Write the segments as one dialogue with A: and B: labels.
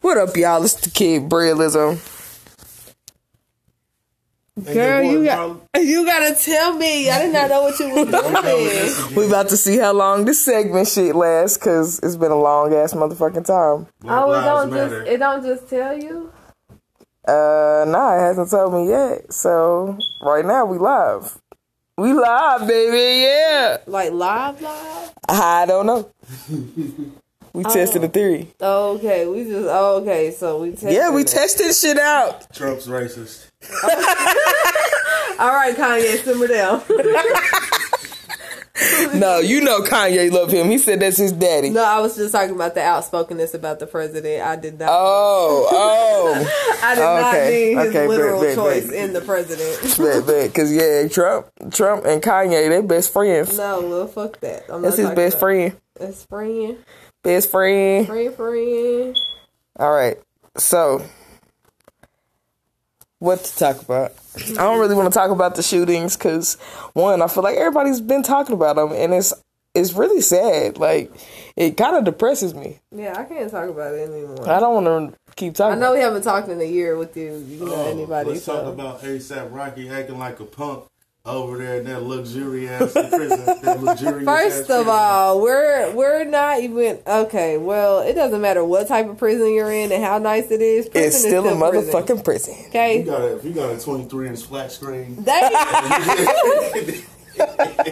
A: What up, y'all? It's the kid Brillism.
B: Girl, you got you gotta tell me. I did not know what you were doing.
A: We about to see how long this segment shit lasts, cause it's been a long ass motherfucking time.
C: Black
D: oh, it
C: Lives
D: don't
C: Matter.
D: just it don't just tell you.
A: Uh, nah, it hasn't told me yet. So right now we live. We live, baby. Yeah.
B: like live, live.
A: I don't know.
D: Oh.
A: We tested a theory.
D: Okay, we just okay. So we take
A: Yeah, we tested shit out.
C: Trump's racist.
D: All right, Kanye, simmer down.
A: No, you know Kanye love him. He said that's his daddy.
D: no, I was just talking about the outspokenness about the president. I did not.
A: Oh, oh,
D: I did
A: okay,
D: not mean his
A: okay, bet,
D: literal
A: bet,
D: choice
A: bet.
D: in the president.
A: bet, bet. Cause yeah, Trump, Trump and Kanye, they best friends.
D: No, well, fuck that. I'm
A: that's his
D: not talking
A: best
D: about-
A: friend.
D: That's friend,
A: Best friend.
D: friend, friend.
A: All right. So, what to talk about? I don't really want to talk about the shootings because one, I feel like everybody's been talking about them, and it's it's really sad. Like it kind of depresses me.
D: Yeah, I can't talk about it anymore.
A: I don't want to keep talking.
D: I know we haven't talked in a year with you, you know,
C: Oh,
D: anybody.
C: Let's
D: So.
C: talk about ASAP Rocky acting like a punk over there in that luxurious ass prison. That luxurious
D: First of all, we're we're not even okay. Well, it doesn't matter what type of prison you're in and how nice it is. Prison
A: it's still,
D: is
A: a
D: prison,
A: motherfucking prison.
C: you
D: okay.
C: got a if you got a 23 inch flat screen.
D: They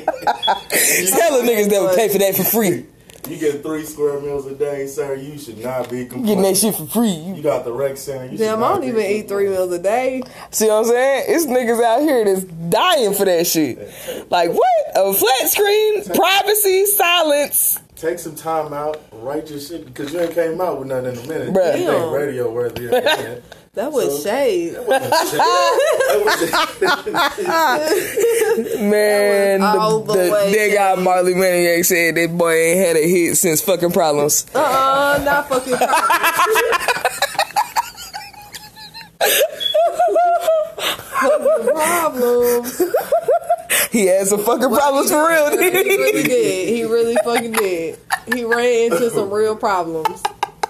A: Tell the niggas that would pay for that for free.
C: You get three square meals a day, sir. You should not be
A: Getting
C: complaining.
A: that shit for free.
C: You
A: You-
C: got the rec center. You should
D: damn, I
C: not
D: don't
C: be
D: even eat three
C: complaining.
D: meals a day.
A: See what I'm saying? It's niggas out here that's dying for that shit. Like what? A flat screen, privacy, silence.
C: Take some time out, write your shit because you ain't came out with nothing in a minute.
A: Bruh.
C: You
D: Damn.
C: ain't radio worthy. at the end.
D: That was
C: So-
D: shade.
A: Man,
D: That was all
A: the,
D: the
A: the,
D: way
A: that guy Marley Maniac said that boy ain't had a hit since fucking problems.
D: Uh uh not fucking. problem.
A: He had some fucking problems for real. didn't
D: He really
A: he?
D: did. He really fucking did. He ran into some real problems.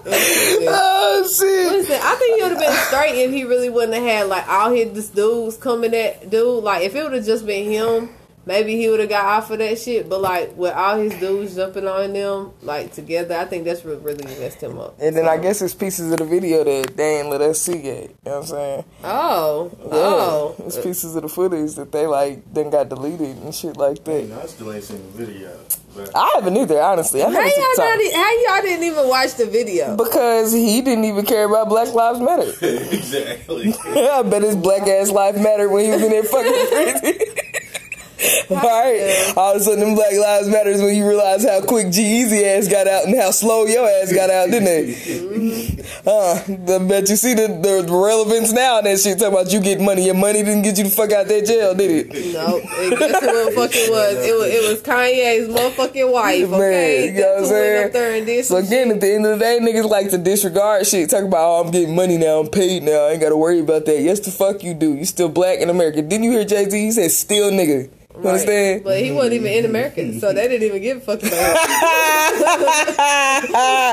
A: oh shit!
D: Listen, I think he would have been straight if he really wouldn't have had like all his dudes coming at dude. Like if it would have just been him, maybe he would have got off of that shit. But like with all his dudes jumping on them like together, I think that's what really messed him up.
A: And then I guess it's pieces of the video that they ain't let us see yet. You know what I'm saying?
D: Oh,
A: Yeah.
D: oh,
A: It's pieces of the footage that they like then got deleted and shit like that.
C: No, I still ain't seen the video. But
A: I haven't either, honestly. I
D: how
A: never
D: y'all
A: took
D: not,
A: time.
D: e- how y'all didn't even watch the video?
A: Because he didn't even care about Black Lives Matter.
C: exactly.
A: I bet his black ass life mattered when he was in that fucking prison. Right, all of a sudden, them Black Lives Matters when you realize how quick G Easy ass got out and how slow your ass got out, didn't they? Uh, I bet you see the, the relevance now and that shit talking about you get money. Your money didn't get you the fuck out that jail, did it?
D: No, it guess who it fucking was. It was it was Kanye's motherfucking wife.
A: Man,
D: Okay,
A: you know what I'm
D: That's who went
A: saying?
D: up there and did
A: So
D: some shit.
A: again, at the end of the day, niggas like to disregard shit. Talk about, oh, I'm getting money now, I'm paid now, I ain't gotta worry about that. Yes, the fuck you do. You still black in America. Didn't you hear Jay Z? He said, still nigga. You
D: Right.
A: understand?
D: But he wasn't even in America, so they didn't even give a fuck about him.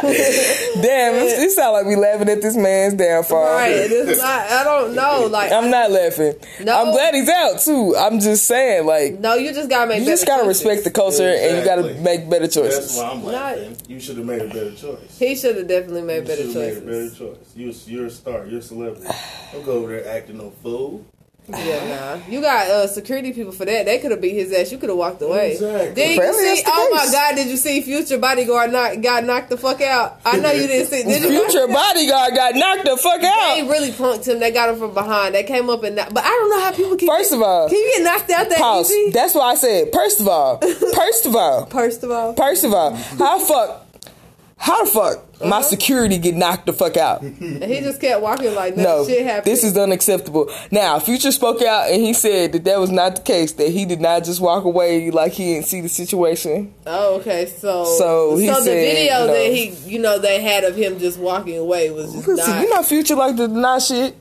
A: Damn, it, it sound like we laughing at this man's downfall.
D: Right? It's not. I don't know. Like,
A: I'm not laughing.
D: No.
A: I'm glad he's out too. I'm just saying, like,
D: no, you just gotta make.
A: you just
D: better
A: gotta
D: choices.
A: respect the culture and you gotta
C: Exactly.
A: make better
C: That's
A: choices.
C: why I'm laughing. You should have made a better choice.
D: He should have definitely made
C: You
D: better
C: shoulda made a
D: choices.
C: better choice. You, you're a star. You're a celebrity. Don't go over there acting no fool.
D: Yeah, nah. You got uh, security people for that. They could have beat his ass. You could have walked away.
C: Exactly.
D: Did you
A: Apparently
D: see?
A: that's the
D: Oh my
A: case.
D: God! Did you see Future bodyguard knock, got knocked the fuck out? I know you didn't see. Did you?
A: Future bodyguard got knocked the fuck
D: They
A: out.
D: really punked him. They got him from behind. They came up and knocked. But I don't know how people can.
A: First of all,
D: can you get knocked out that
A: pause.
D: easy?
A: That's why I said, first of all, first of all,
D: First of all,
A: first of all, how the fuck, how the fuck
D: Uh-huh.
A: my security get knocked the fuck out?
D: and he just kept walking like no
A: no,
D: shit happened.
A: this is unacceptable. Now, Future spoke out and he said that that was not the case. That he did not just walk away like he didn't see the situation.
D: Oh, okay. So,
A: So he
D: the
A: said,
D: video
A: you know-
D: that he, you know, they had of him just walking away was just
A: Listen,
D: not.
A: you know, Future like to deny shit.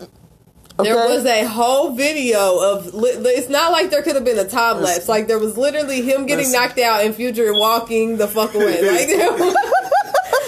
A: Okay?
D: there was a whole video of. Li- it's not like there could have been a time lapse. Like there was literally him getting knocked out and Future walking the fuck away. Like, there was-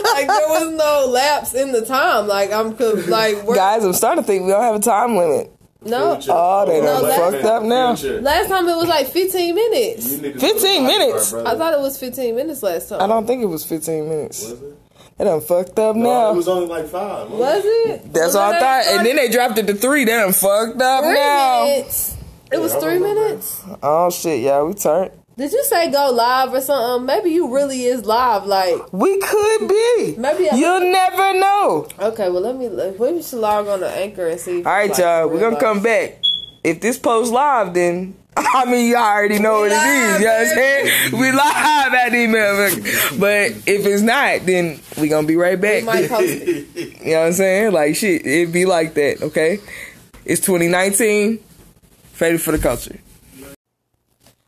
D: like there was no lapse in the time. Like I'm cause, like we're,
A: Guys, I'm starting to think we don't have a time limit.
D: no.
A: Oh, they done fucked up now.
D: Last time it was like 15 minutes.
A: 15 minutes?
D: I thought it was 15 minutes last time.
A: I don't think it was 15 minutes.
C: Was it?
A: It done fucked up
C: No,
A: now.
C: it was only like five. wasn't
D: Was it?
A: That's
D: Was
A: all I
D: it
A: thought. And
D: only
A: then they dropped it to three. They done fucked up
D: three
A: now.
D: minutes. It was
C: Yeah, I
D: three
C: remember.
D: minutes.
A: Oh shit, y'all, we turned.
D: Did you say go live or something? Maybe you really is live. Like
A: We could be.
D: Maybe I-
A: You'll never know.
D: okay, well let me. We should log on to Anchor and see. if
A: All right,
D: it's, like,
A: y'all. We're
D: real
A: gonna
D: live.
A: come back. If this post live, then I mean y'all already know what it is.
D: live,
A: You know what I'm saying? We live at email, but if it's not, then we gonna be right back.
D: We might post it.
A: You know what I'm saying? Like shit, it be like that. Okay, it's 2019. Faded for the culture.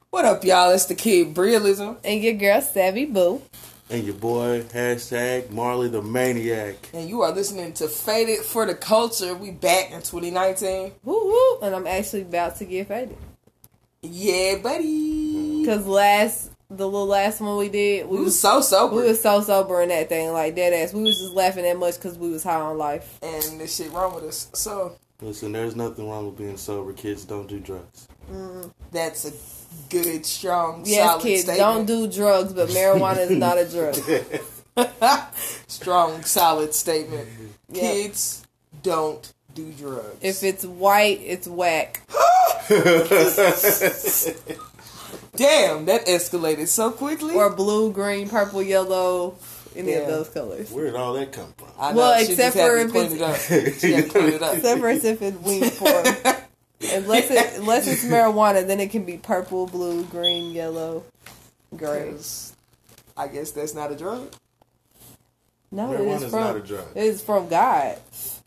A: What up, y'all? It's the kid Brialism.
D: and your girl Savvy Boo.
C: And your boy hashtag Marley the Maniac.
A: And you are listening to Faded for the Culture. We back in 2019.
D: Woo woo! And I'm actually about to get faded
A: Yeah, buddy.
D: because last the little last one we did, we
A: We was
D: was
A: so sober.
D: we was so sober in that thing, like dead ass. We was just laughing that much because we was high on life.
A: and this shit wrong with us. So
C: Listen, there's nothing wrong with being sober. Kids don't do drugs.
A: that's a good, strong,
D: Yes,
A: solid
D: kids, don't
A: statement.
D: do drugs, but marijuana is not a drug.
A: strong, solid statement.
D: Yeah.
A: Kids don't do drugs.
D: If it's white, it's whack.
A: Damn, that escalated so quickly.
D: Or blue, green, purple, yellow, any
A: Yeah.
D: of those colors.
C: Where did all that come from?
A: I
D: well,
A: she just
D: except
A: had
D: for
A: to
D: if
A: clean it up. She had to clean it up.
D: Except for if it's weed form. unless it, unless it's marijuana, then it can be purple, blue, green, yellow, gray.
A: 'Cause I guess that's not a drug.
D: No, it
C: Marijuana's
D: is
C: not a
D: from
C: drug.
D: it is from God.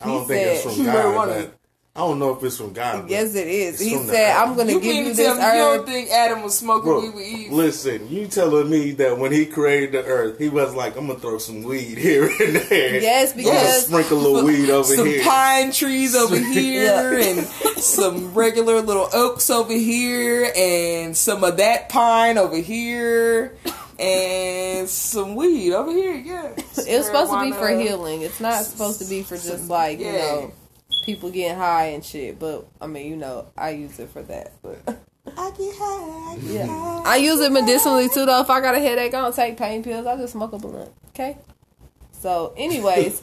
C: I don't
D: He
C: think it's
D: said-
C: from God.
A: Marijuana.
C: but- I don't know if it's from God. but-
D: Yes, it is.
C: It's
D: he
C: from the
D: said,
C: herb.
D: "I'm gonna
A: You
D: give
A: mean
D: you
A: to tell
D: this
A: me you don't
D: herb."
A: think Adam was smoking
C: Bro,
A: weed with Eve?
C: listen, you telling me that when he created the earth, he was like, I'm gonna throw some weed here and there.
D: Yes,
C: I'm gonna
D: because-
C: sprinkle a little weed over
A: some
C: here.
A: pine trees over here and some regular little oaks over here and some of that pine over here and some weed over here. Yeah,
D: It was supposed to be for
A: Marijuana.
D: healing. It's not supposed to be for just like you
A: yeah.
D: know people getting high and shit. But I mean, you know, I use it for that. But
A: I get high. I get high.
D: I use it medicinally too, though. If I got a headache, I don't take pain pills. I just smoke a blunt. Okay. So, anyways,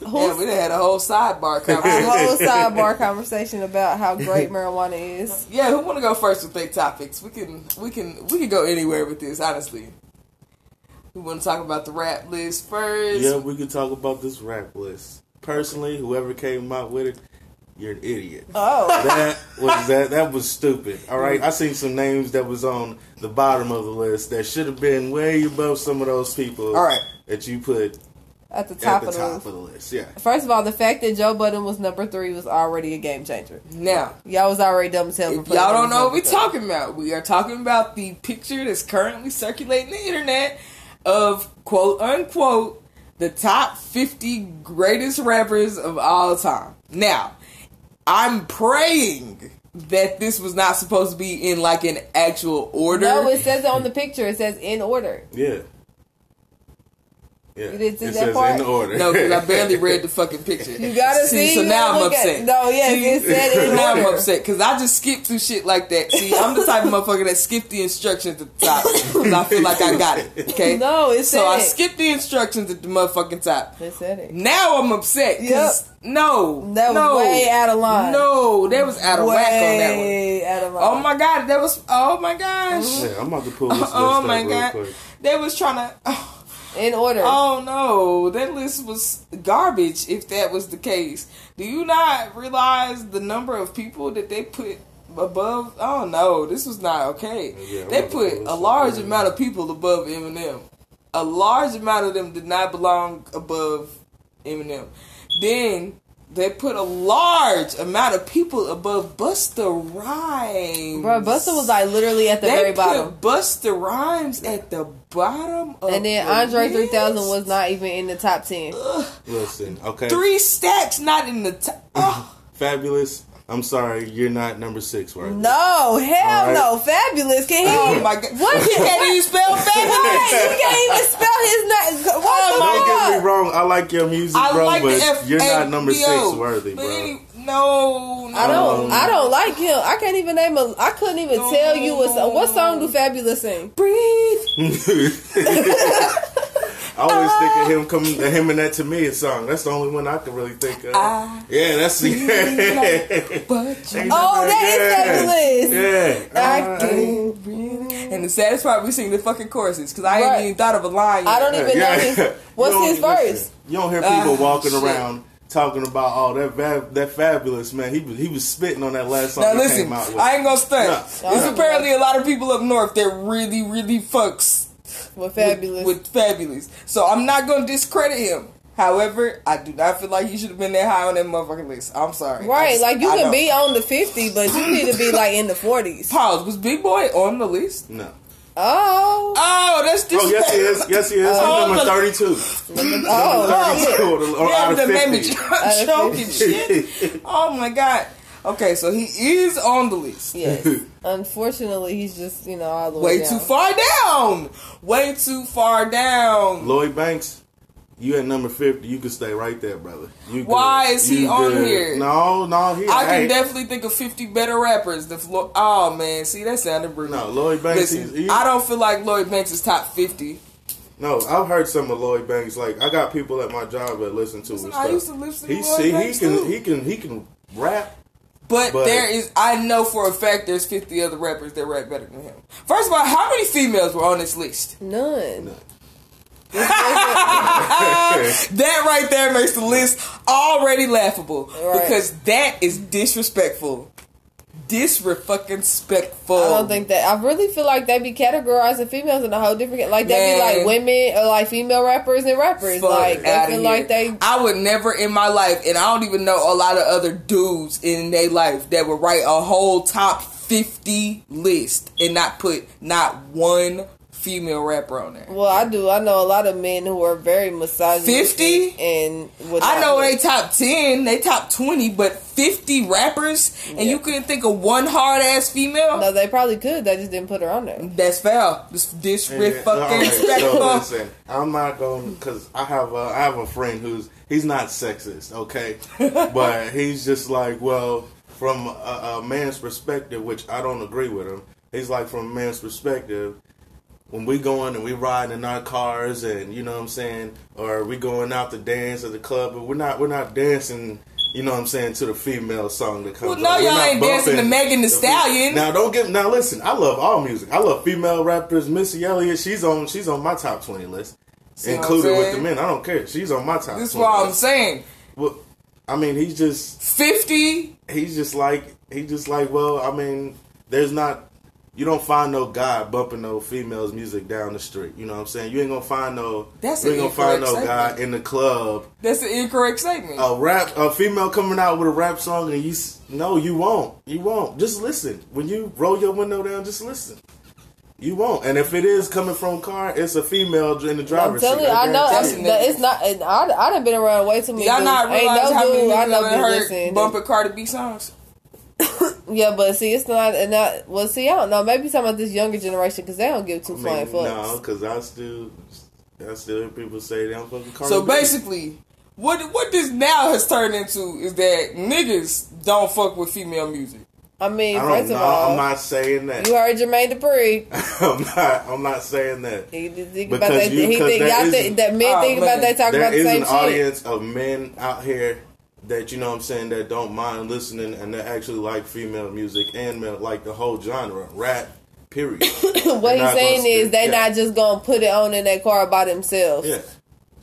A: Yeah, we
D: who's
A: done had a whole sidebar
D: our
A: conversation.
D: whole sidebar conversation about how great marijuana is?
A: yeah, who want to go first with their topics? We can, we can, we can go anywhere with this. Honestly, we want to talk about the rap list first.
C: Yeah, we could talk about this rap list. Personally, whoever came out with it, you're an idiot.
D: Oh,
C: That was that. That was stupid. All right,
D: Mm.
C: I seen some names that was on the bottom of the list that should have been way above some of those people.
A: All right.
C: that you put
D: at the
C: at
D: top
C: the
D: of the
C: top of
D: list.
C: the list. Yeah,
D: First of all, the fact that Joe Budden was number three was already a game changer.
A: Now,
D: Y'all was already dumb as hell. for
A: If
D: putting
A: y'all
D: him
A: don't
D: as
A: know what
D: number
A: we're
D: three.
A: talking about, we are talking about the picture that's currently circulating the internet of quote unquote the top 50 greatest rappers of all time. Now, I'm praying that this was not supposed to be in like an actual order.
D: No, it says it on the picture. It says in order.
C: yeah, yeah.
D: You didn't see
C: it
D: that
C: says
D: part?
C: in the order.
A: No, because I barely read the fucking picture.
D: You gotta see,
A: So
D: you
A: now
D: gotta
A: I'm
D: look at-
A: upset.
D: No, yes, it said in
A: now I'm
D: order.
A: upset because I just skip through shit like that. See, I'm the type of motherfucker that skipped the instructions at the top because I feel like I got it. Okay,
D: No, it
A: so I
D: said it.
A: skipped the instructions at the motherfucking top.
D: It said it.
A: Now I'm upset because no,
D: That was
A: no,
D: way out of line.
A: No, that was out of whack on that one.
D: Way out of line.
A: Oh my god, that was oh my gosh,
C: Yeah, I'm about to pull this list
A: oh
C: up
A: my
C: real
A: god,
C: quick.
A: they was trying to. oh.
D: In order.
A: Oh no, that list was garbage if that was the case. Do you not realize the number of people that they put above? Oh no, this was not okay.
C: Yeah,
A: they
C: I'm
A: put
C: gonna
A: a
C: go
A: large
C: somewhere.
A: amount of people above Eminem. A large amount of them did not belong above Eminem. Then they put a large amount of people above Busta Rhymes.
D: Bro, Busta was like literally at the
A: they
D: very
A: put
D: bottom.
A: Busta Rhymes at the bottom of
D: And then
A: the
D: Andre 3000
A: list.
D: was not even in the top 10.
C: Listen, okay.
A: Three stacks, not in the top. Oh,
C: Fabulous. I'm sorry, you're not number six, right?
B: No, hell
C: All right.
B: no. Fabulous. Can he?
A: Oh my god.
B: What?
A: He can't even spell
B: What?
A: fabulous.
B: You can't even spell his name. What the
C: Don't get
B: fuck?
C: me um, wrong. I like your music,
A: I
C: bro,
A: like the
C: but
A: F-
C: you're not number
A: HBO,
C: six worthy,
A: but
C: bro.
A: any- No, no.
D: I don't.
C: Um,
D: I don't like him. I can't even name a. I couldn't even tell you what song. What song do Fabulous sing?
B: Breathe.
C: I always
A: Uh,
C: think of him coming, the him and that to me song. That's the only one I can really think of.
A: Uh,
C: yeah, that's the.
A: mm,
C: Yeah.
A: But you
B: Oh, that is Fabulous.
C: Yeah. Uh,
B: I can-
A: can't breathe. And the saddest part, we sing the fucking choruses because I ain't
B: Right.
A: even thought of a line.
B: I
A: yet.
B: don't even know his. What's
C: You don't-
B: his
C: listen,
B: verse?
C: You don't hear people
A: Ah,
C: walking
A: shit.
C: around talking about oh that fab, that fabulous man. He was he was spitting on that last song
A: Now
C: he
A: listen,
C: came out with.
A: I ain't gonna stunt.
C: Nah.
A: There's apparently a lot of people up north that really, really fucks
D: With
A: with-
D: Fabulous.
A: with fabulous. So I'm not gonna discredit him. However, I do not feel like he should have been that high on that motherfucking list. I'm sorry. I
D: right,
A: just-
D: like you
A: I
D: can
A: know.
D: be on the fifty, but you need to be like in the forties.
A: Pause. Was Big Boy on the list?
C: no.
D: Oh,
A: Oh, that's
C: Oh yes he is. Yes he is. He's
A: Oh,
C: number
A: but-
C: thirty two.
D: oh,
C: Thirty two or, or
A: Yeah,
C: out
A: the
C: of
A: made me
C: fifty.
A: choke choke and shit. Oh my god. Okay, so he is on the list.
D: yes. Unfortunately, he's just you know all the way,
A: Way too
D: down.
A: far down. Way too far down.
C: Lloyd Banks, you at number fifty. You can stay right there, brother. You
A: Why
C: good.
A: is he
C: You
A: on
C: good.
A: here?
C: No, no, he
A: I can
C: ain't.
A: definitely think of 50 better rappers than Floyd. Oh man, see that sounded brutal.
C: No, Lloyd Banks.
A: Listen,
C: he's, he-
A: I don't feel like Lloyd Banks is top 50.
C: No, I've heard some of Lloyd Banks. Like I got people at my job that listen to his
A: Listen,
C: stuff.
A: I used to listen to
C: he
A: Lloyd
C: see,
A: Banks,
C: he can,
A: too.
C: he can, he can rap.
A: But,
C: But-
A: there is, I know for a fact there's 50 other rappers that rap better than him. First of all, how many females were on this list?
D: None.
A: That right there makes the list already laughable
D: Right.
A: because that is disrespectful. Disrefucking spectful.
D: I don't think that. I really feel like they be categorizing females in a whole different. Like they be
A: Man.
D: like women or like female rappers and rappers.
A: Fuck
D: like they
A: outta
D: feel
A: here.
D: like they.
A: I would never in my life, and I don't even know a lot of other dudes in their life that would write a whole top fifty list and not put not one female rapper on there.
D: Well, I do. I know a lot of men who are very misogynistic
A: 50?
D: and would
A: I
D: not
A: know
D: look-
A: they top ten, they top twenty, but fifty rappers, and you couldn't think of one hard ass female.
D: No, they probably could. They just didn't put her on there.
A: That's foul. This
C: Yeah, all
A: disrespectful.
C: right, so
A: respectful.
C: listen, I'm not going because I have a I have a friend who's he's not sexist, okay, but he's just like, well, from a, a man's perspective, which I don't agree with him. He's like, from a man's perspective, when we going and we riding in our cars, and you know what I'm saying, or we going out to dance at the club, but we're not we're not dancing. You know what I'm saying to the female song that
A: Well,
C: comes.
A: no,
C: on. We're
A: y'all
C: not
A: ain't dancing to
C: bumping
A: Megan Thee
C: the fe-
A: Stallion.
C: Now don't give. Now listen, I love all music. I love female rappers. Missy Elliott, she's on. She's on my top twenty list,
A: what I'm
C: included with the
A: saying?
C: men. I don't care. She's on my top.
A: This is
C: 20
A: what I'm
C: list.
A: saying.
C: Well, I mean, he's just
A: Fifty.
C: he's just like he's just like. Well, I mean, there's not. You don't find no guy bumping no females music down the street. You know what I'm saying? You ain't gonna find no.
A: That's
C: you
A: an
C: ain't gonna find no
A: incorrect
C: guy
A: statement.
C: in the club
A: That's an incorrect statement.
C: a rap a female coming out with a rap song and you s- no you won't you won't just listen when you roll your window down just listen you won't and if it is coming from a car it's a female in the
D: I'm
C: driver's seat
D: telling you, I know
A: That's
D: I- that it's not. And I, I done been around way too many.
A: Y'all
D: dudes.
A: not
D: Ain't
A: realize
D: no
A: how many
D: dude I
A: people
D: know
A: done
D: been
A: heard
D: listening.
A: bumping Cardi B songs?
D: Yeah, but see, it's not. And not. Well, see, I don't know. Maybe talking about this younger generation because they don't give two flying fucks.
C: no because i still i still hear people say they don't fucking car
A: So basically, what what this now has turned into is that niggas don't fuck with female music.
D: I mean,
C: i don't
D: first
C: know
D: of all,
C: i'm not saying that
D: you heard Jermaine Dupri.
C: i'm not i'm not saying that
D: He did think
C: Because
D: about that.
C: you-
D: he
C: because
D: think
C: there
D: y'all
C: is-
D: think that men
A: Oh,
D: think
A: man.
D: about that talk about
C: there
D: the
C: is
D: same
C: an
D: shit.
C: audience of men out here that you know what I'm saying that don't mind listening and that actually like female music and male, like the whole genre rap period.
D: What he's saying is they
C: are
D: not just gonna put it on in that car by themselves.
C: yeah.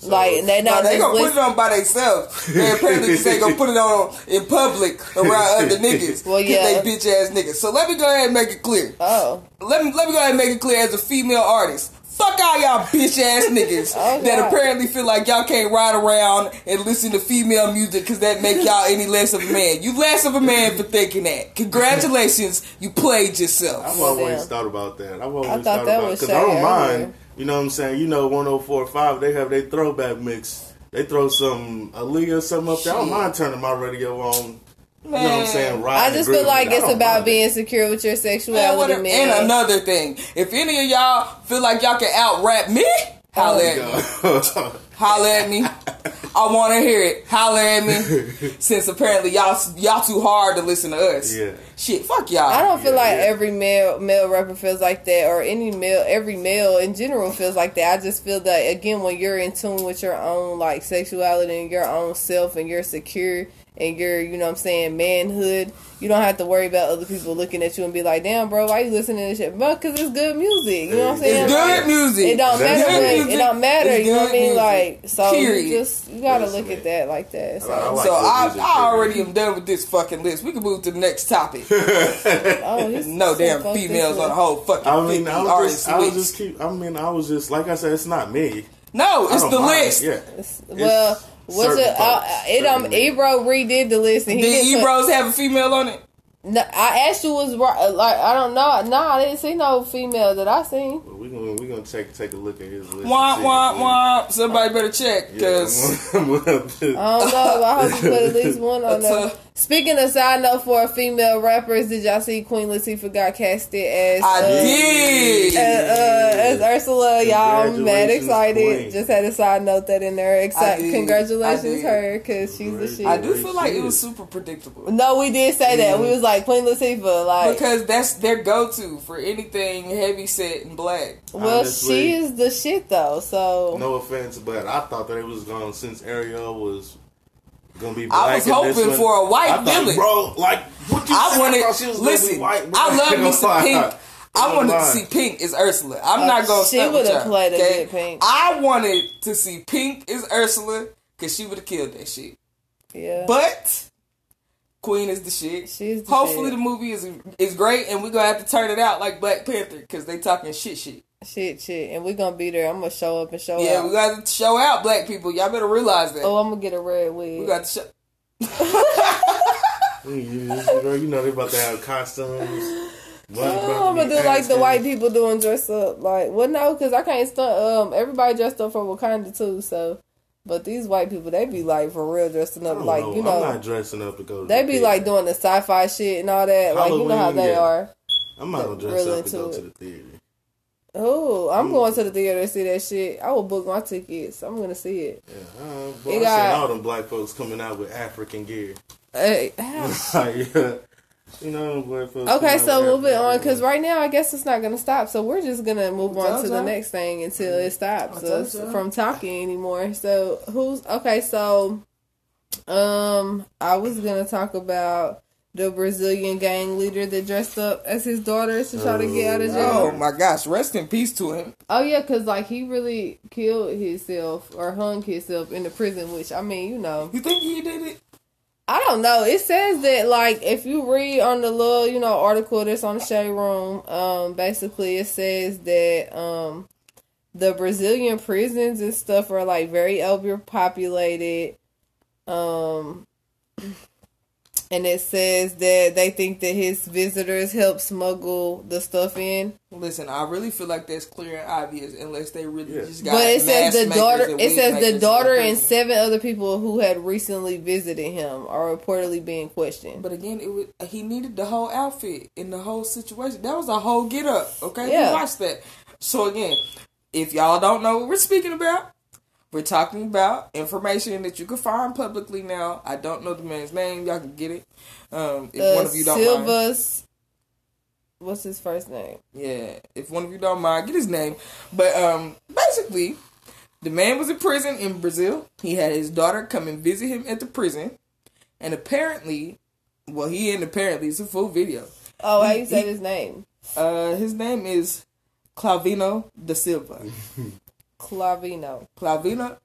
D: Like they
A: Now
D: not
A: they
D: just
A: gonna put
D: listen-
A: it on by themselves. They apparently just ain't gonna put it on in public around other niggas.
D: Well,
A: 'cause
D: yeah.
A: they bitch ass niggas. So let me go ahead and make it clear.
D: Oh,
A: Let me let me go ahead and make it clear as a female artist. Fuck all y'all bitch ass niggas
D: Oh,
A: that
D: God.
A: apparently feel like y'all can't ride around and listen to female music because that make y'all any less of a man. You less of a man for thinking that. Congratulations, you played yourself.
C: I've always
D: Damn.
C: thought about that. I've always
D: thought
C: thought,
D: that
C: about
D: was
C: because I don't
D: sad earlier.
C: mind. You know what I'm saying? You know, 104.5 they have their throwback mix. They throw some Aaliyah, some up there. I don't
A: Shit.
C: mind turning my radio on You know what I'm saying? Ride
D: I
C: and
D: just
C: agree
D: feel
C: with
D: like
C: me. I
D: it's
C: don't
D: about
C: mind it.
D: being secure with your
A: Man, what
D: sexuality,
A: a-
D: man.
A: and another thing, if any of y'all feel like y'all can out rap me, holler at me. Holler at me. I want to hear it. Holler at me. Since apparently y'all y'all too hard to listen to us.
C: Yeah.
A: Shit, fuck y'all.
D: I don't feel
C: Yeah,
D: like
C: yeah.
D: every male male rapper feels like that, or any male every male in general feels like that. I just feel that again when you're in tune with your own like sexuality and your own self, and you're secure and you're you know what I'm saying manhood. You don't have to worry about other people looking at you and be like, damn, bro, why you listening to this shit? Bro, because it's good music. You know what I'm saying?
A: It's
D: Like,
A: good music.
D: It don't
C: That's
D: matter.
C: good
D: When,
A: music.
D: it don't matter.
A: It's
D: you know what I
A: good
D: mean?
A: music.
D: Like so,
A: Period.
D: you just you gotta
C: Yes,
D: look at
C: man.
D: that like that. So,
C: I like- I like-
A: so
C: good
A: I,
C: music,
A: I
C: period.
A: already am done with this fucking list. We can move to the next topic.
D: oh, he's
A: No
D: so
A: damn
D: fucked
A: females
D: up.
A: on the whole fucking.
C: I mean,
A: thing.
C: I
A: We
C: was,
A: already
C: just, I was
A: switched.
C: just keep. I mean, I was just like I said. It's not me.
A: no,
C: I
A: it's
C: don't
A: the
C: mind.
A: list.
C: Yeah.
D: Well, was
C: certain
D: it? Uh,
C: folks,
D: it um,
C: certain men.
D: Ebro redid the list, and he
A: Did
D: didn't put-
A: Ebros E have a female on it?
D: No, I asked you was right. Like I don't know. No, I didn't see no female that I seen.
C: But we gonna we gonna take take a look at his list. and
A: Womp
C: see
A: womp
C: if
A: womp. Somebody better check
C: we-
A: because
C: Yeah, I'm gonna- I'm gonna-
D: I don't know. But I hope you put at least one on
A: That's
D: there.
A: a-
D: Speaking of side note for female rappers, did y'all see Queen Latifah got casted as?
A: I
D: uh,
A: did.
D: Uh, uh, as Ursula, y'all, I'm mad
C: Congratulations,
D: excited.
C: Queen.
D: Just had a side note that in there.
A: I
D: Except
A: did. I
D: congratulations,
A: did.
D: her, because she's the shit.
A: I do feel like it was super predictable
D: No, we did say that. We was like Queen Latifah, like
A: because that's their go-to for anything heavy set and black.
D: Well,
C: Honestly.
D: she is the shit though. So
C: no offense, but I thought that it was gone since Ariel was gonna be. Black
A: I was
C: in this
A: hoping
C: one.
A: for a white
C: I thought,
A: villain.
C: bro. Like what you
A: I
C: said,
A: wanted-
C: thought she was gonna
A: listen,
C: be white,
A: I love me some
C: Like,
A: pink. I
C: Don't
A: wanted to
C: lie.
A: see Pink as Ursula. I'm
C: Uh,
D: Oh,
A: not gonna.
D: she
A: stunt with
D: would've
A: y'all,
D: played a
A: okay?
D: good Pink.
A: I wanted to see Pink as Ursula because she would have killed that shit.
D: yeah,
A: But Queen is the shit.
D: She's the
A: Hopefully
D: shit.
A: the movie is is great, and we're gonna have to turn it out like Black Panther because they talking shit shit.
D: shit, shit, and we gonna be there. I'm gonna show up and show
A: Yeah,
D: out.
A: we got to show out black people. Y'all better realize that.
D: oh, I'm gonna get a red wig.
A: We got to show.
C: Mm, Girl, you know they about to have costumes.
D: Oh, I'm gonna do like the white people doing dress up. Like, well, no, because I can't stunt. Um, everybody dressed up for Wakanda too. So, but these white people, they be like for real dressing up. Like, you
C: I'm
D: know,
C: not dressing up to go. To
D: they
C: the
D: be
C: theater.
D: like doing the sci-fi shit and all that. Like, you know how
C: Halloween,
D: they
C: yeah.
D: are.
C: I'm not gonna dress
D: really
C: up to go
D: into
C: to the theater.
D: Oh, I'm going to the theater to see that shit. I will book my tickets. I'm gonna see it.
C: Yeah, uh, but I
D: It
C: seen
D: got-
C: all them black folks coming out with African gear.
D: Hey,
C: like, uh, you know, them black folks.
D: Okay, so moving on, because
C: because
D: right now I guess it's not gonna stop. So we're just gonna move on to the
A: Jojo.
D: next thing until it stops us
A: Jojo.
D: from talking anymore. So who's okay? So, um, I was gonna talk about the Brazilian gang leader that dressed up as his daughter to try to get out of jail.
A: Oh my gosh, rest in peace to him.
D: Oh yeah, cause like he really killed himself or hung himself in the prison, which I mean, you know.
A: You think he did it?
D: I don't know. It says that like if you read on the little, you know, article that's on the shade room, um, basically it says that um the Brazilian prisons and stuff are like very overpopulated. Um and it says that they think that his visitors help smuggle the stuff in.
A: Listen, I really feel like that's clear and obvious, unless they really
C: Yeah.
A: just got.
D: But it says
A: mask
D: the
A: makers
D: daughter.
A: and
D: It
A: wig
D: says
A: makers
D: the
A: in
D: daughter and
A: prison.
D: seven other people who had recently visited him are reportedly being questioned.
A: But again, it was he needed the whole outfit and the whole situation. That was a whole get up. Okay,
D: Yeah.
A: we watched that. So again, if y'all don't know what we're speaking about, we're talking about information that you can find publicly now. I don't know the man's name. Y'all can get it. Um, if
D: uh,
A: one of you don't mind,
D: Silva's. What's his first name?
A: yeah. If one of you don't mind, get his name. But um, basically, the man was in prison in Brazil. He had his daughter come and visit him at the prison, and apparently, well, he and apparently it's a full video.
D: Oh, how you
A: He-
D: say
A: he-
D: his name?
A: Uh, his name is Clavino da Silva.
D: Clavino.
A: Clavino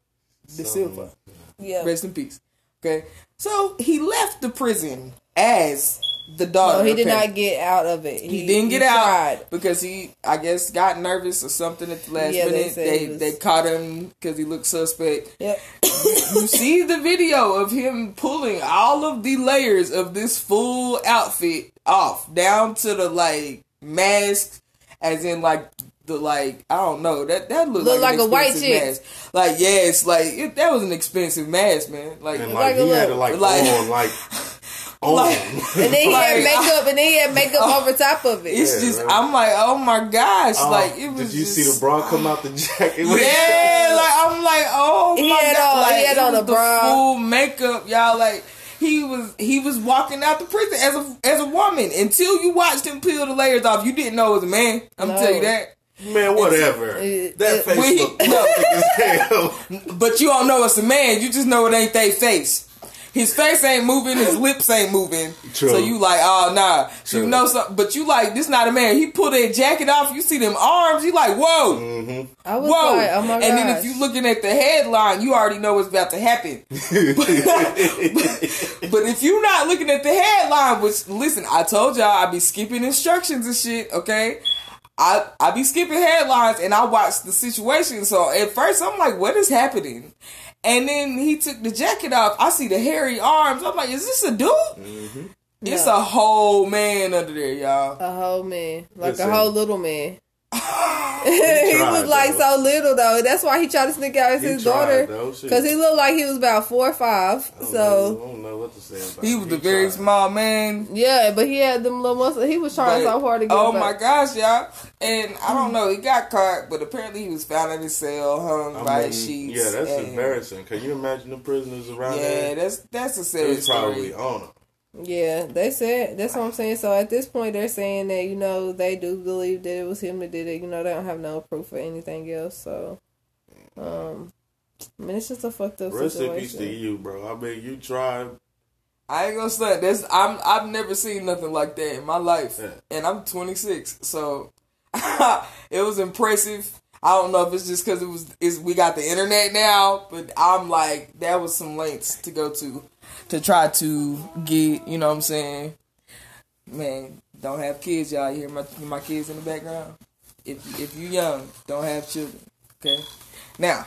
A: da Silva.
D: Yeah.
A: Rest in peace. Okay. So he left the prison as the daughter.
D: No, Oh, he did
A: apparently.
D: not get out of it.
A: He, didn't get
D: he
A: out
D: tried.
A: because he, I guess, got nervous or something at the last
D: Yeah, they
A: minute.
D: said
A: They
D: he was-
A: they caught him because he looked suspect.
D: Yep.
A: you see the video of him pulling all of the layers of this full outfit off, down to the like mask, as in like the like I don't know that that looked
D: Look
A: like,
D: like a
A: an
D: white
A: expensive
D: chick.
A: mask. Like yeah, it's like it, that was an expensive mask, man. Like
C: and like
D: like a
C: he had
D: little-
C: to like,
A: like-
C: on like on.
D: And then he had
A: Like,
D: makeup, and then he had makeup over top of it.
A: It's
C: Yeah,
A: just
C: man.
A: I'm like, oh my gosh,
C: Oh,
A: like it was.
C: Did you
A: just,
C: see the bra come out the jacket?
A: Yeah, like I'm like, oh
D: He
A: my
D: had
A: god,
D: on-
A: like
D: he had
A: it
D: on
A: was
D: a
A: the
D: bra.
A: full makeup, y'all. Like he was he was walking out the prison as a as a woman until you watched him peel the layers off. You didn't know it was a man. I'm
D: No.
A: gonna tell you that.
C: man, whatever.
D: It-
C: that
D: it-
C: face
A: we-
C: looked plastic as hell.
A: But you don't know it's a man. You just know it ain't they face. His face ain't moving. His lips ain't moving.
C: True.
A: So you like, oh nah.
C: True.
A: You know something, but you like this not a man. He pulled that jacket off. You see them arms. You like, whoa.
D: I was
A: Whoa!
D: like, oh my
A: and
D: god.
A: then if you looking at the headline, you already know what's about to happen. But if you're not looking at the headline, which listen, I told y'all I be skipping instructions and shit. Okay, I I be skipping headlines and I watch the situation. So at first I'm like, what is happening? And then he took the jacket off. I see the hairy arms. I'm like, is this a dude? It's a whole man under there, y'all.
D: a whole man, like
C: Listen.
D: a whole little man.
C: He
D: he
C: tried,
D: was like
C: though.
D: so little though. That's why he tried to sneak out as
C: He
D: his
C: tried,
D: daughter
C: though. Shit.
D: because he looked like he was about four or five.
C: I don't
D: So
C: know- I don't know what to say about
A: He
C: it.
A: was a very
C: tried.
A: small man.
D: yeah, but he had them little muscles. He was trying
A: But-
D: so hard to get. Mm-hmm.
A: Oh
D: back.
A: my gosh, y'all! And I don't know, he got caught, but apparently he was found in his cell, hung
C: I
A: by
C: mean,
A: his sheets.
C: Yeah, that's
A: and-
C: embarrassing. Can you imagine the prisoners around
A: Yeah,
C: there?
A: that's that's a
C: They
A: serious
C: was probably
A: story.
C: on him.
D: Yeah, they said that's what I'm saying. So at this point, they're saying that you know they do believe that it was him that did it. You know they don't have no proof or anything else. So, um, I mean it's just a fucked up
C: Rest in peace to
D: situation.
C: you, bro. I mean, you tried.
A: I ain't gonna stunt. That's I'm I've never seen nothing like that in my life,
C: Yeah.
A: and I'm 26, so it was impressive. I don't know if it's just because it was is we got the internet now, but I'm like that was some lengths to go to to try to get. You know what I'm saying? Man, don't have kids, y'all. You hear my my kids in the background. If if you young, don't have children. Okay, now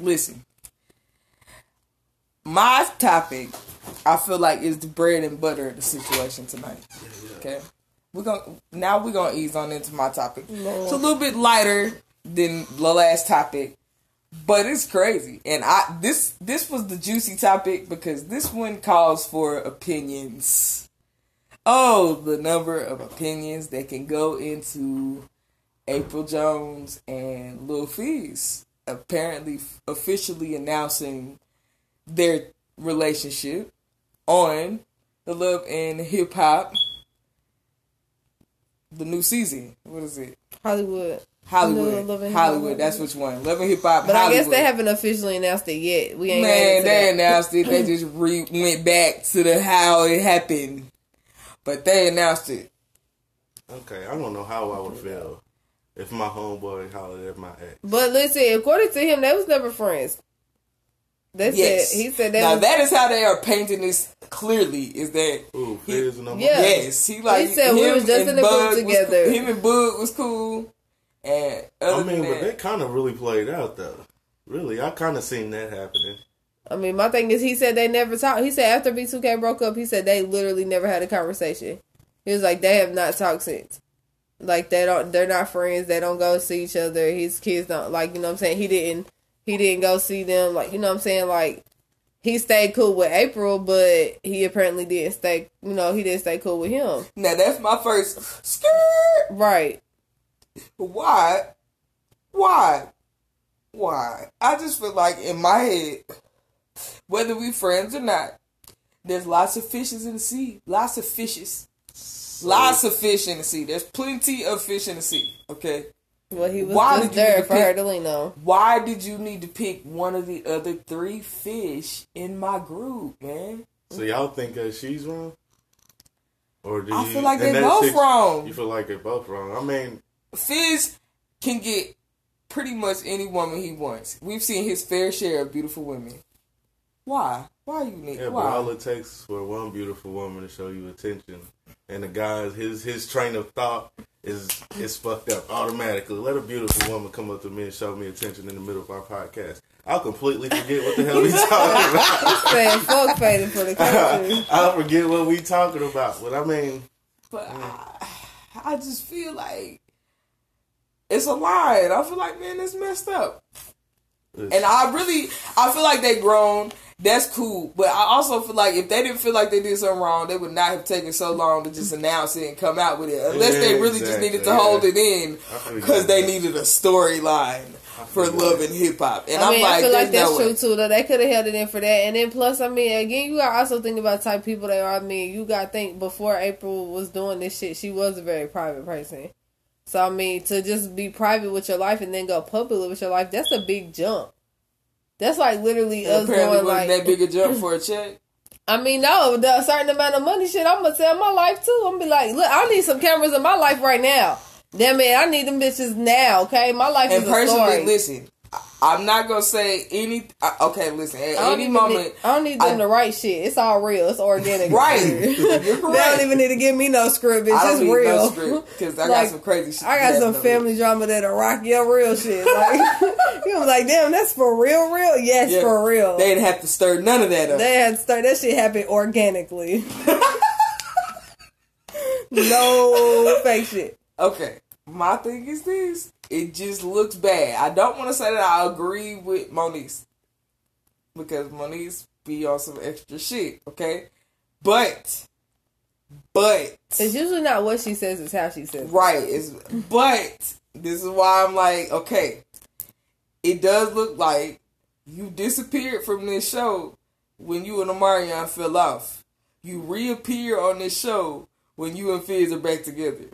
A: listen. My topic, I feel like, is the bread and butter of the situation tonight. Okay, we're gonna now we're gonna ease on into my topic. It's a little bit lighter than the last topic, but it's crazy. And I this this was the juicy topic because this one calls for opinions. Oh, the number of opinions that can go into April Jones and Lil Fees apparently f- officially announcing their relationship on the Love and Hip Hop, the new season. What is it?
D: Hollywood.
A: Hollywood.
D: Love and Hip Hop.
A: Hollywood. That's which one. Love and Hip Hop.
D: But I
A: Hollywood.
D: guess they haven't officially announced it yet. We ain't
A: Man, they
D: they
A: announced it. They just re- went back to the how it happened, but they announced it.
C: Okay, I don't know how I would feel if my homeboy hollered at my ex.
D: But listen, according to him, they was never friends. They
A: Yes,
D: said he said that.
A: now
D: was,
A: that is how they are painting this clearly. Is that
C: Ooh, Fizz and I'm
D: Yeah.
A: Yes, he like
D: He said we
A: him
D: was just
A: and
D: in the group
A: Bud was
D: together.
A: cool- Him and Bud was cool, and other
C: I mean,
A: than
C: but that
A: that,
C: kind of really played out, though. Really, I kind of seen that happening.
D: I mean, my thing is, he said they never talked. He said after B2K broke up, he said they literally never had a conversation. He was like, they have not talked since. Like they don't, they're not friends. They don't go see each other. His kids don't like, you know what I'm saying. He didn't, he didn't go see them. Like, you know what I'm saying. Like, he stayed cool with April, but he apparently didn't stay. You know, he didn't stay cool with him.
A: now that's my first skirt.
D: Right.
A: Why? Why? Why? I just feel like in my head, whether we friends or not, there's lots of fishes in the sea. Lots of fishes. Lots of fish in the sea. There's plenty of fish in the sea. Okay.
D: Well, he was
A: Why
D: just
A: did you
D: there
A: even
D: for
A: pick-
D: her to lean on.
A: Why did you need to pick one of the other three fish in my group, man?
C: So y'all think uh, she's wrong, or do
A: I
C: you,
A: feel like
C: and
A: they
C: that
A: both
C: six-
A: wrong.
C: You feel like they're both wrong. I mean,
A: Fizz can get pretty much any woman he wants. We've seen his fair share of beautiful women. Why? Why you need?
C: yeah, but all
A: why?
C: it takes for one beautiful woman to show you attention, and the guy's his his train of thought is is fucked up automatically. Let a beautiful woman come up to me and show me attention in the middle of our podcast. I'll completely forget what the hell he's talking about.
D: Saying fuck fading for the country.
C: I'll forget what we talking about. But I mean,
A: But I, I just feel like it's a line. I feel like man, that's messed up. And I really, I feel like they grown. that's cool. But I also feel like if they didn't feel like they did something wrong, they would not have taken so long to just announce it and come out with it, unless they really just
C: Exactly,
A: needed to
C: yeah.
A: hold it in
C: feel
A: because they
C: that.
A: needed a storyline for
C: feel
A: love and hip hop. And I
D: I
A: am
D: mean,
A: like,
D: I feel like
A: there's
D: that's
A: no
D: true
A: way.
D: too. Though they could have held it in for that, and then plus, I mean, again, you gotta also think about the type of people they are. I mean, you gotta think before April was doing this shit, she was a very private person. So I mean, to just be private with your life and then go public with your life, that's a big jump. That's like literally us
A: Apparently,
D: going
A: wasn't
D: like.
A: that big a jump for a check?
D: I mean, no, the certain amount of money, shit. I'm gonna sell my life too. I'm gonna be like, look, I need some cameras in my life right now. Damn it, I need them bitches now. Okay, my life
A: And
D: is a story.
A: personally, listen, I- I'm not gonna say any. I- Okay, listen, at
D: I don't
A: any
D: even
A: moment,
D: Need, I don't need them
A: I-
D: to write shit. It's all real. It's organic.
A: right?
D: they
A: You're
D: don't
A: correct.
D: even need to give me no script. It's
A: I don't
D: just
A: need
D: real.
A: no script because I
D: Like,
A: got some crazy shit.
D: I
A: to
D: got
A: happen
D: some
A: over
D: family drama that'll rock your real shit. Like you was like, damn, that's for real, real. Yes,
A: Yeah.
D: for real.
A: They
D: They,
A: didn't have to stir none of that up.
D: had start that shit happened organically. no fake shit.
A: okay, my thing is this: it just looks bad. I don't want to say that I agree with Moniz because Moniz be on some extra shit. Okay, but but
D: It's usually not what she says; it's how she says. it.
A: Right. It's, but this is why I'm like, okay, it does look like you disappeared from this show when you and Omarion fell off. You reappear on this show when you and Fizz are back together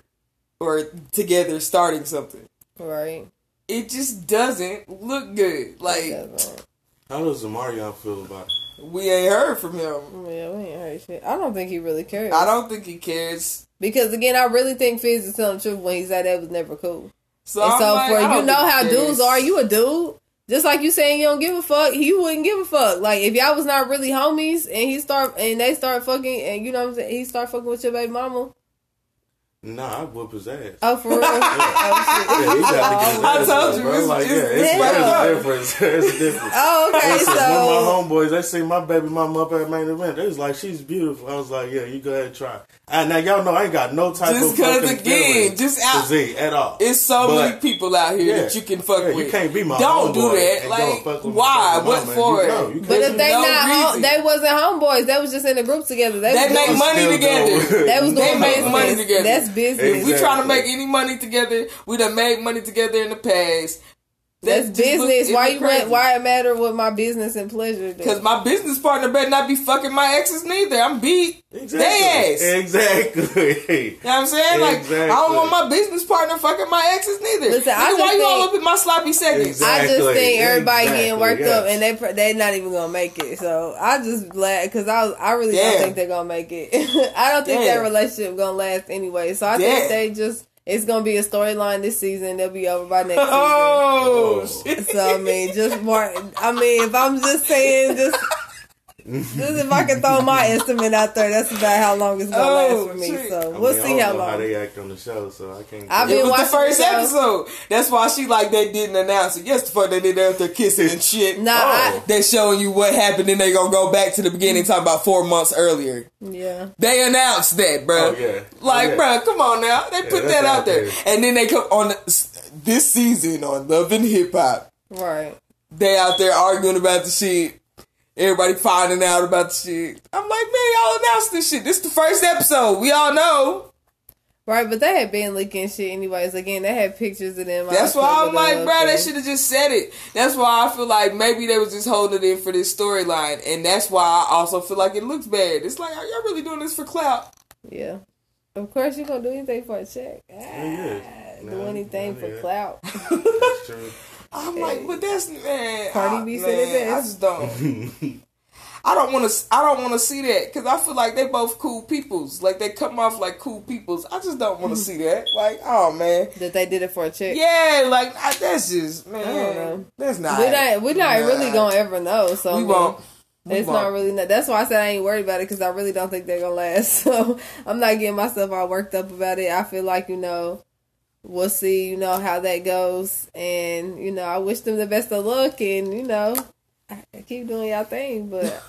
A: or together starting something.
D: Right.
A: It just doesn't look good. Like
D: That's right.
C: How does Omarion feel about it?
A: we ain't heard from him.
D: Yeah, we ain't heard shit. I don't think he really cares.
A: I don't think he cares.
D: Because again, I really think Fizz is telling the truth when he said that was never cool.
A: So,
D: and
A: I'm
D: so
A: like,
D: for
A: I
D: you
A: don't
D: know
A: think
D: how
A: he
D: dudes
A: cares.
D: are, you a dude. Just like you saying you don't give a fuck, he wouldn't give a fuck. Like if y'all was not really homies and he start and they start fucking and you know what I'm saying, he start fucking with your baby mama.
C: Nah, I whoop his ass.
D: Oh for real. oh, shit.
C: Yeah, he got to get his
A: I
C: ass
A: told
C: up,
A: you,
C: bro.
A: it's-
C: Like,
A: it's-
C: yeah,
A: it's
C: it's, it's different. It's different.
D: oh okay,
C: Listen,
D: so
C: one of my homeboys, they see my baby mama up at main event. They was like, she's beautiful. I was like, yeah, you go ahead and try. And now y'all know I ain't got no type
A: Just
C: of
A: 'cause,
C: fucking
A: again,
C: feeling
A: just out-
C: for Z at all.
A: It's so
C: But-
A: many people out here
C: Yeah.
A: that you can fuck
C: Yeah, you
A: with.
C: can't be my
A: Don't do
C: homeboy
A: that.
C: and
A: Like,
C: go fuck with my
A: why?
C: fucking
A: What
C: mama.
A: for?
C: You know, you
D: but if they
A: No
D: not hom-
A: reason.
D: they wasn't homeboys, they was just in a group together. They,
A: They
D: was
A: make
D: doing,
A: money
C: Still go.
A: together.
D: they was
A: They
D: doing
A: make
D: business.
A: money together.
D: That's business.
A: If we trying to
C: Exactly.
A: make any money together, we done made money together in the past.
D: That's business. why you
A: went?
D: went, why it matter with my business and pleasure? then?
A: Because my business partner better not be fucking my exes neither. I'm beat. They ass.
C: Exactly. Exactly.
A: You know what I'm saying? Like, I don't
C: Exactly.
A: want my business partner fucking my exes neither.
D: Listen, I
A: Nigga, why
D: just
A: you all
D: think-
A: up in my sloppy seconds?
C: Exactly.
D: I just think everybody getting
C: Exactly,
D: worked
C: yes.
D: up and they pr- they not even gonna make it. So I just glad because I was, I really
A: Yeah.
D: don't think they're gonna make it. I don't think
A: Yeah.
D: that relationship gonna last anyway. So I
A: Yeah.
D: think they just it's gonna be a storyline this season. They'll be over by next season.
A: Oh,
C: Oh.
A: shit.
D: So I mean, just more. I mean, if I'm just saying just. Just if I can throw my estimate out there, that's about how long it's gonna
A: Oh,
D: last for me.
A: shit.
D: So
C: I
D: we'll
C: mean, I
D: see
C: don't
D: how
C: know
D: long.
C: how they act on the show, so I can't.
D: I've
A: It
D: been-
A: was the
D: watching
A: first
D: the show.
A: episode. That's why she like they didn't announce it. Yes, the fuck they did that they're kissing and shit.
D: Nah,
C: Oh.
D: I-
A: they showing you what happened, and they gonna go back to the beginning, talking about four months earlier.
D: yeah,
A: They announced that, bro.
C: Oh, yeah.
A: Like,
C: Oh, yeah.
A: bruh, come on now. They put
C: that's
A: that out
C: out
A: there,
C: there.
A: and then they come on this season on Love and Hip Hop.
D: right.
A: They out there arguing about the shit. Everybody finding out about the shit. I'm like, man, y'all announced this shit. This the first episode. We all know.
D: Right, but they had been leaking shit anyways. Again, they had pictures of them.
A: That's
D: I
A: why I'm
D: pulled it
A: like,
D: up
A: bro, they
D: and-
A: should have just said it. That's why I feel like maybe they was just holding it in for this storyline, and that's why I also feel like it looks bad. It's like, are y'all really doing this for clout?
D: Yeah. Of course, you're going to do anything for a check. Ah,
C: yeah.
D: do
C: Nah,
D: anything
C: nah,
D: for
C: yeah.
D: clout.
C: That's true.
A: I'm like, but that's man,
D: Cardi
A: I,
D: B said it
A: man, I
D: best.
A: just don't. I don't want to. I don't want to see that because I feel like they both cool peoples. Like they come off like cool peoples. I just don't want to see that. Like, oh man,
D: that they did it for a check.
A: yeah, like I, that's just
D: don't
A: man.
D: know.
A: That's not.
D: We're not, we're not
A: Nah.
D: really going to ever know. So I
A: We
D: mean,
A: won't. We
D: It's not
A: won't.
D: really. Not, that's why I said I ain't worried about it because I really don't think they're gonna last. So I'm not getting myself all worked up about it. I feel like you know, we'll see. You know how that goes, and you know, I wish them the best of luck, and you know, I- I keep doing y'all thing. But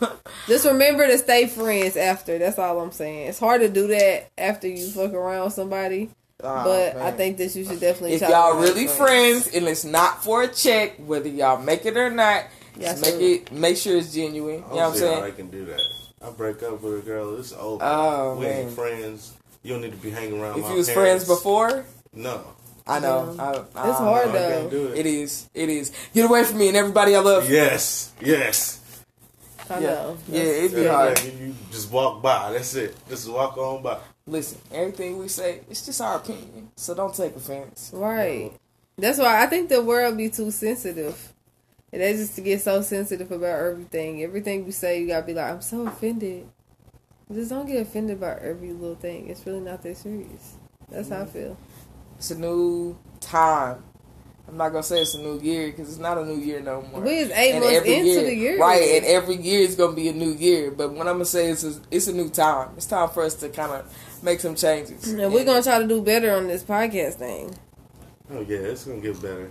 D: just remember to stay friends after. That's all I'm saying. It's hard to do that after you fuck around with somebody,
A: Nah,
D: but I
A: Oh, man.
D: think that you should definitely.
A: If
D: try to
A: y'all
D: remain
A: really friends and it's not for a check, whether y'all make it or not, Just make it make sure it's genuine. You know
C: I
A: what I'm
C: don't see how I
A: saying?
C: can do that. I break up with a girl. It's over.
A: Oh,
C: we
A: man.
C: ain't friends. You don't need to be hanging around.
A: If
C: my
A: you was
C: parents.
A: friends before,
C: no,
A: I know. I, I,
D: It's hard
C: Oh, I
D: though.
C: can't do it.
A: It is. It is. Get away from me and everybody I love.
C: Yes, yes.
D: I
A: yeah.
D: know.
A: yeah it'd be
C: Yeah,
A: hard.
C: you- You just walk by. That's it. Just walk on by.
A: Listen, everything we say, it's just our opinion, so don't take offense.
D: Right. That's why I think the world be too sensitive. And they just get so sensitive about everything. Everything you say, you gotta be like, I'm so offended. Just don't get offended by every little thing. It's really not that serious. That's how I feel.
A: It's a new time. I'm not gonna say it's a new year because it's not a new year no more.
D: We is eight months into
A: year,
D: the year.
A: right? And every year is gonna be a new year. But what I'm gonna say is, it's- it's a new time. It's time for us to kind of make some changes.
D: and we're gonna try to do better on this podcast thing.
C: Oh yeah, it's gonna get better.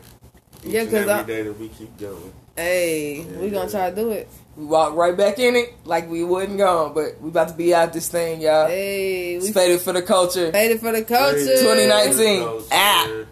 C: Each
D: Yeah,
C: and
D: 'cause
C: every
D: I-
C: day that we keep going.
D: Hey, we're gonna try to do it.
A: we walk right back in it like we wasn't gone, but we about to be out this thing, y'all.
D: Hey, we
A: It's fated for the culture.
D: faded for the culture.
A: 2019. Ah.